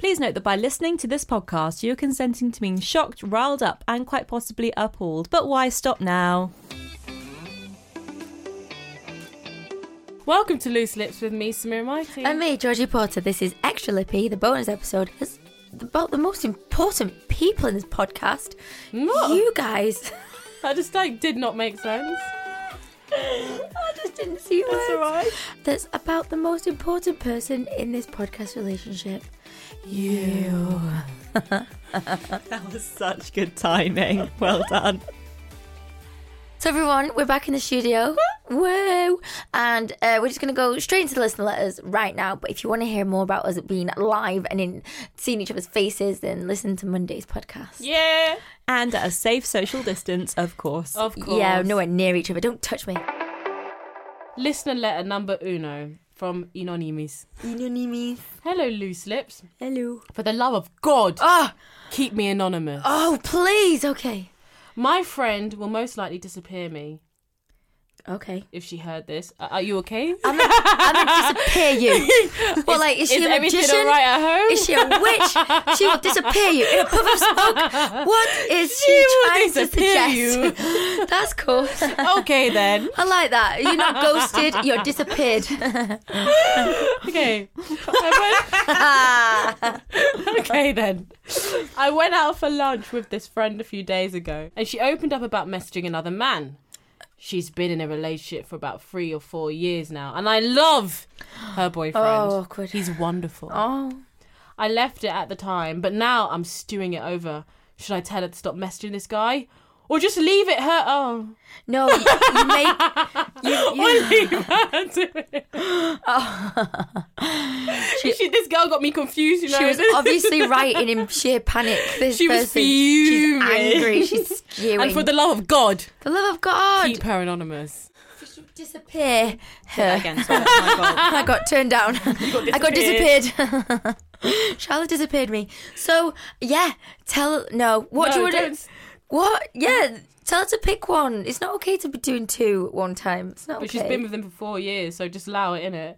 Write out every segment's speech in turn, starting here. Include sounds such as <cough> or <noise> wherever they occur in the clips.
Please note that by listening to this podcast, you're consenting to being shocked, riled up, and quite possibly appalled. But why stop now? Welcome to Loose Lips with me, Samir Mighty. And me, Georgie Porter. This is Extra Lippy, the bonus episode. It's about the most important people in this podcast. What? You guys. <laughs> that just like did not make sense. I just didn't see That's words. alright. That's about the most important person in this podcast relationship. You. That was such good timing. <laughs> Well done. So everyone, we're back in the studio. Woo! And uh, we're just going to go straight into the listener letters right now. But if you want to hear more about us being live and in seeing each other's faces, then listen to Monday's podcast. Yeah. And at a safe social distance, of course. Of course. Yeah, nowhere near each other. Don't touch me. Listener letter number uno from Inonimis. Anonymous. Hello, Loose Lips. Hello. For the love of God, Ah! keep me anonymous. Oh, please. Okay. My friend will most likely disappear me Okay. if she heard this. Uh, are you okay? I'm gonna, I'm gonna disappear you. Well, like, is <laughs> she is a everything magician? all right at home? Is she a witch? She will disappear you in a puff of smoke. What is she, will trying to disappear suggest? <laughs> That's cool. okay then. I like that. You're not ghosted. You're disappeared. Okay. I <laughs> went- okay then. I went out for lunch with this friend a few days ago, and she opened up about messaging another man. She's been in a relationship for about three or four years now, and I love her boyfriend. Oh, awkward. He's wonderful. Oh, I left it at the time, but now I'm stewing it over. Should I tell her to stop messaging this guy, or just leave it her? Oh, <laughs> no. You, you make. You, or you, <laughs> leave her to it. <laughs> She- She- this girl got me confused. You know, she was obviously writing in sheer panic. This She was person. She's fuming. angry. She's spewing. <laughs> And for the love of God, For the love of God, keep her anonymous. disappear her. Again, sorry, <laughs> my God. I got <laughs> turned down. I got disappeared. <laughs> Charlotte disappeared me. So yeah, tell no. What do you No, want? don't- to What? Yeah, tell her to pick one. It's not okay to be doing two at one time. It's not But okay. she's been with him for four years, so just allow it in it.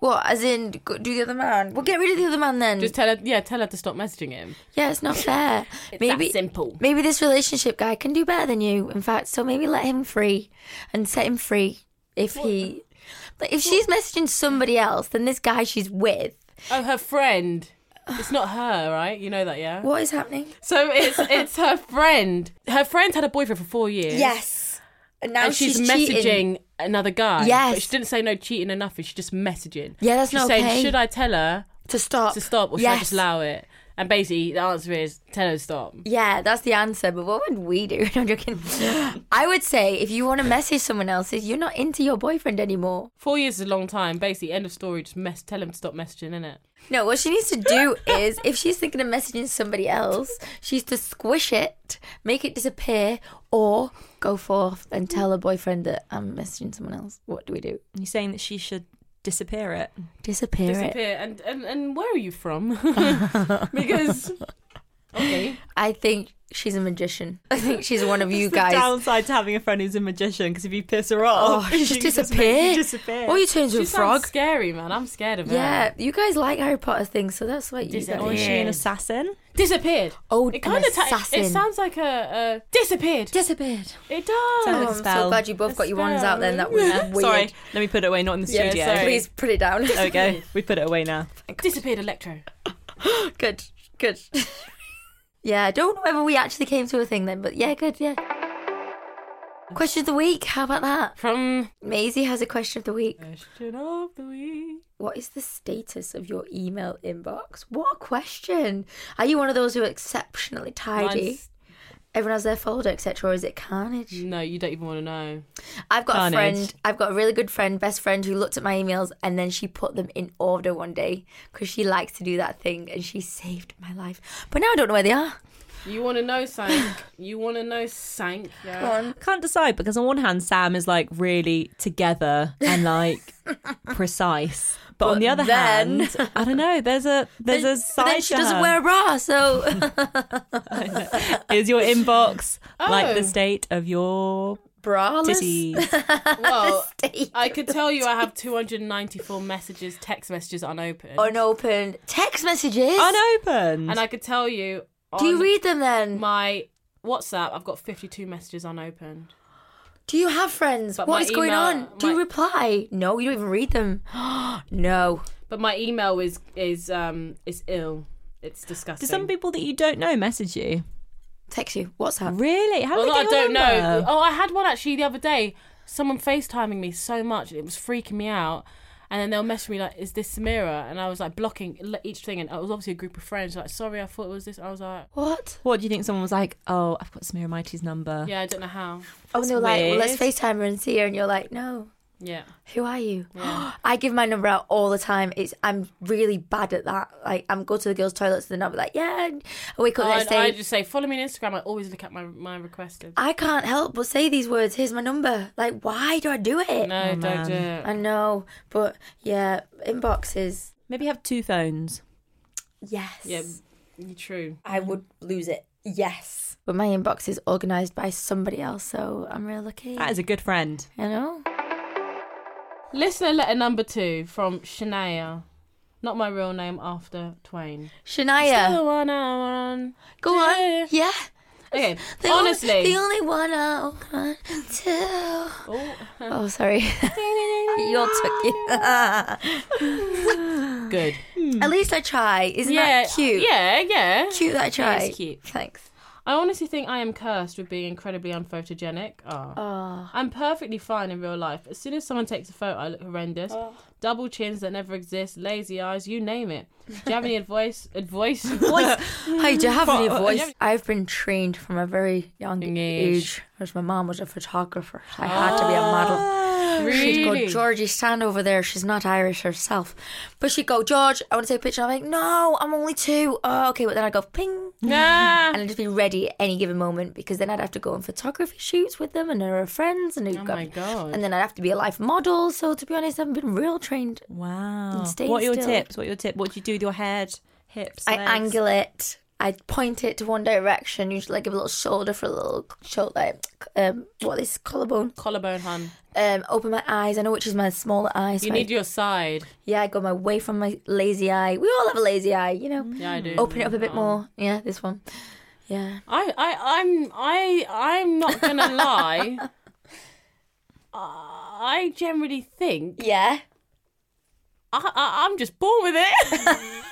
what? As in, go- do the other man? Well, get rid of the other man then. Just tell her, yeah, tell her to stop messaging him. yeah, it's <laughs> not fair. maybe simple. maybe this relationship guy can do better than you. In fact, so maybe let him free and set him free if he. But if she's messaging somebody else, then this guy she's with. Oh, her friend. It's not her, right? You know that, <sighs> yeah. What is happening? So it's it's her friend. Her friend had a boyfriend for four years. Yes. And now and she's, messaging cheating. another guy. Yes. but she didn't say no cheating enough. She's just messaging. Yeah, that's she's not saying, okay. Should I tell her to stop. to stop, or should I just allow it? And basically, the answer is tell her to stop. Yeah, that's the answer. But what would we do? <laughs> No, I'm joking. I would say if you want to message someone else, is you're not into your boyfriend anymore. Four years is a long time. Basically, end of story. Just mess. Tell him to stop messaging, innit? No, what she needs to do is if she's thinking of messaging somebody else, she needs to squish it, make it disappear, or go forth and tell her boyfriend that I'm messaging someone else. What do we do? You're saying that she should disappear it. Disappear, it. disappear. And, and and where are you from? because <laughs> Okay. <laughs> I think she's a magician. I think she's one of you It's the guys. downside to having a friend who's a magician because if <laughs> you piss her off, <laughs> Oh, she just can just disappeared. make you disappear. Or you turn into She a sounds frog. scary, man. I'm scared of her. Yeah, you guys like Harry Potter things, so that's what you Or is guys. Oh, she an assassin? Disappeared. Oh, it an kind of it assassin. sounds like a, a disappeared. Disappeared. It does. Sounds Oh, I'm so Spell. glad you both got your wands out. Then that was Yeah. weird. Sorry, let me put it away. Not in the Yeah, studio. sorry. Please put it down. There we <laughs> go. We put it away now. Disappeared Electro. <laughs> good, good. <laughs> yeah, I don't know whether we actually came to a thing then, but yeah, good, yeah. Question of the week. How about that? From Maisie has a question of the week. question of the week. What is the status of your email inbox? What a question! Are you one of those who are exceptionally tidy? Mine's- Everyone has their folder, etc., or is it carnage? No, you don't even want to know. I've got Mm. Carnage. a friend. I've got a really good friend, best friend, who looked at my emails and then she put them in order one day because she likes to do that thing, and she saved my life. But now I don't know where they are. You want to know Sank. <laughs> you want to know Sank. Yeah. I can't decide because on one hand, Sam is like really together and like precise, but, on But the other then- hand, I don't know. There's a there's a But side then she to doesn't her. wear a bra, so <laughs> <laughs> Is your inbox like Oh. the state of your braless. titties? <laughs> Well, State I could tell you I have 294 messages, text messages unopened. Unopened text messages. Unopened. And I could tell you on Do you read them then? my WhatsApp, I've got 52 messages unopened. Do you have friends? But what my is going email- on? Do you my- reply? No, you don't even read them. <gasps> no. But my email is is um is ill. It's disgusting. Do some people that you don't know message you? Text you. WhatsApp. Really? How Well, do I they get your don't know. number? Oh, I had one actually the other day. Someone FaceTiming me so much, it was freaking me out. And then they'll message me like, "Is this Samira?" And I was like blocking l- each thing. And it was obviously a group of friends. Like, sorry, I thought it was this. I was like, What? What do you think? Someone was like, "Oh, I've got Samira Mighty's number." yeah, I don't know how. Oh, and they were like, well, let's weird. FaceTime her and see her. And you're like, no. Yeah, Who are you? <gasps> I give my number out all the time. It's I'm really bad at that. Like I'm go to the girls' toilets and I'll be like, yeah. I wake up the I, next day. Oh, I just say follow me on Instagram. I always look at my my requested. I can't help but say these words. Here's my number. Like, why do I do it? No, don't do it. I know, but yeah, inboxes. Maybe have two phones. Yes. yeah, you're true. I would lose it. Yes. But my inbox is organized by somebody else, so I'm real lucky. That is a good friend. you know? Listener letter number two from Shania. Not my real name after Twain. Shania. Still one hour on. Go on. Yeah. Okay, The only- honestly. the only one I want to. Oh, Oh, sorry. <laughs> Hmm. you all took it. good. At least I try. <laughs> Isn't that cute? Yeah, yeah. Cute that I try. is cute. Thanks. I honestly think I am cursed with being incredibly unphotogenic. Oh. Ah. I'm perfectly fine in real life. As soon as someone takes a photo, I look horrendous. Ah. Double chins that never exist, lazy eyes, you name <laughs> it. Do you have any advice? Advice? Voice? Hey, do you have any But- voice? I've been trained from a very young uh, Young age. age. Ah. because my mom was a photographer. so I had to be a model. She'd <laughs> go, Really? Georgie, stand over there. She's not Irish herself. But she'd go, George, I want to take a picture. I'm like, no, I'm only two. Oh, okay. But then I'd go, ping. nah. And I'd just be ready at any given moment because then I'd have to go on photography shoots with them and they were friends. And they'd Oh go- my God. And then I'd have to be a life model. So to be honest, I've been real trained. Wow. stay What are your still. tips? What are your tip? What do you do with your head, hips? I legs? angle it. I point it to one direction. Usually, I give a little shoulder for a little shoulder, like, um, what is collarbone? Collarbone, hun. Um, open my eyes. I know which is my smaller eye. so You I- need your side. yeah, I go my way from my lazy eye. We all have a lazy eye, you know. Mm-hmm. Yeah, I do. Open it up a bit Oh. more. Yeah, this one. Yeah. I, I, I'm, I, I'm not gonna lie. I generally think Yeah. I, I, I'm just born with it.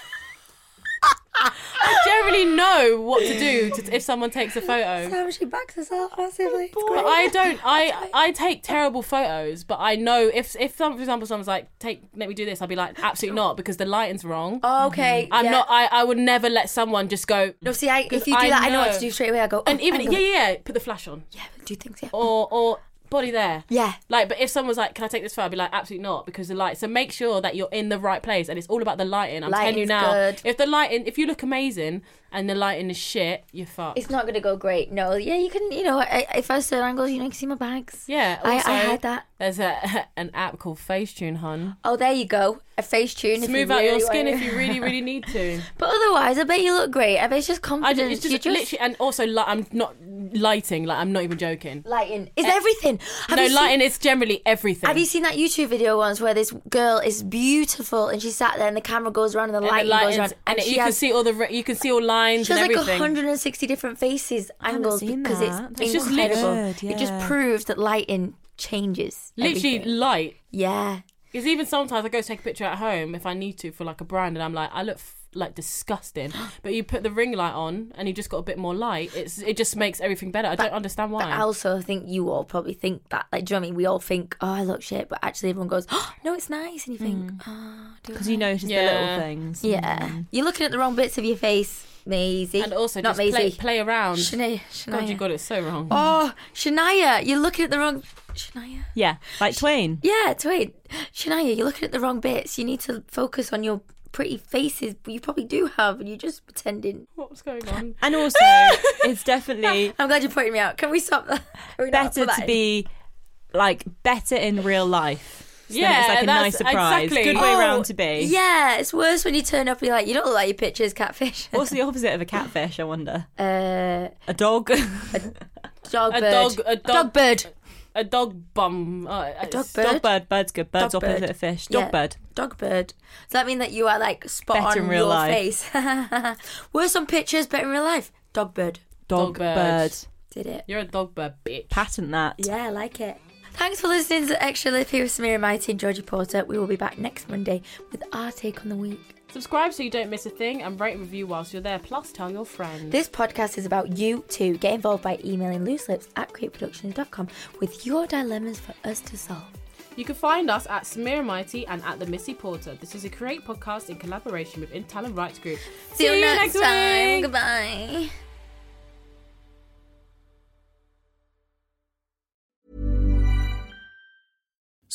I generally know what to do to, if someone takes a photo. How she backs herself massively. It's But great. I don't. I I take terrible photos, but I know if if some, for example someone's like, take let me do this, I'll be like, absolutely not, because the lighting's wrong. okay. Mm-hmm. I'm yeah. not. I I would never let someone just go. No, see, I, if you do I that, I know what know. <laughs> to do straight away. I go. And oh, even angle yeah Oh. it. yeah yeah, put the flash on yeah. Do things. Yeah. or or. body there. Yeah. Like, but if someone was like, "Can I take this photo?" I'd be like, "Absolutely not," because the light. So make sure that you're in the right place, and it's all about the lighting. I'm telling you Lighting's now, good. if the lighting, if you look amazing and the lighting is shit, you're fucked. It's not going to go great. No, yeah, you can, you know, I, if I was certain angles, you know, you can see my bags. yeah, I, also, I had that. There's a <laughs> an app called Facetune, hun. Oh, there you go. A face tune. if you Smooth out your really skin if want it. you really, really need <laughs> to. But otherwise, I bet you look great. I bet it's just I confidence. just, it's just, you literally, and also, li- I'm not lighting. Like, I'm not even joking. lighting is everything. Have Eh. no, you seen- lighting is generally everything. Have you seen that YouTube video once where this girl is beautiful and she sat there and the camera goes around and the And the lighting lighting's- goes around and she you can has- see all the re- you can see all lines She has and like everything. 160 different faces, angles seen because that. it's That's just incredible. good, It just yeah. proves that lighting changes. Literally, everything. light. yeah. Because even sometimes I go take a picture at home if I need to for like a brand, and I'm like, I look f- like <gasps> disgusting. But you put the ring light on, and you just got a bit more light. It's it just makes everything better. I But- don't understand why. But I also think you all probably think that. Like, do you know what I mean? We all think, oh, I look shit, but actually everyone goes, oh, no, it's nice. And you think, Mm. oh, do Because I?" you notice the Yeah. little things. Yeah. You're looking at the wrong bits of your face, Maisie. Mm. and also, not just play, Maisie. play around. Shania. God, you Shania. got it so wrong. oh, Shania, you're looking at the wrong. Shania. Yeah, like <laughs> Twain. Yeah, Twain. Shania, you're looking at the wrong bits. You need to focus on your pretty faces. You probably do have, and you're just pretending. What's <laughs> going on? And also, it's definitely <laughs> I'm glad you pointed me out. Can we stop that? <laughs> Can we not better put that to in? be like better in real life. So then Yeah, it's like a that's- nice surprise. exactly. Good way Oh, round to be. Yeah, it's worse when you turn up and you're like, you don't look like your pictures, catfish. What's the opposite of a catfish? I wonder. uh, A <laughs> dog. dog A bird. dog- a dog- bird. Oh, A dog bum. Uh, a Dog bird. dog bird. Bird's good. Bird's Dog opposite bird. of fish. Dog Yeah. bird. Dog bird. Does that mean that you are like spot Better on in real your life. face? <laughs> worse on pictures, better in real life. Dog bird. Dog, Dog bird. bird. Did it. You're a dog bird, bitch. Patent that. Yeah, I like it. Thanks for listening to Extra Life here with Samira Mighty and Georgie Porter. We will be back next Monday with our take on the week. Subscribe so you don't miss a thing, and rate and review whilst you're there. Plus, tell your friends. This podcast is about you too. Get involved by emailing looselips at createproductions.com with your dilemmas for us to solve. You can find us at Samira Mighty and at the Missy Porter. This is a Create podcast in collaboration with Intalent Rights Group. See, you next time. week. Goodbye.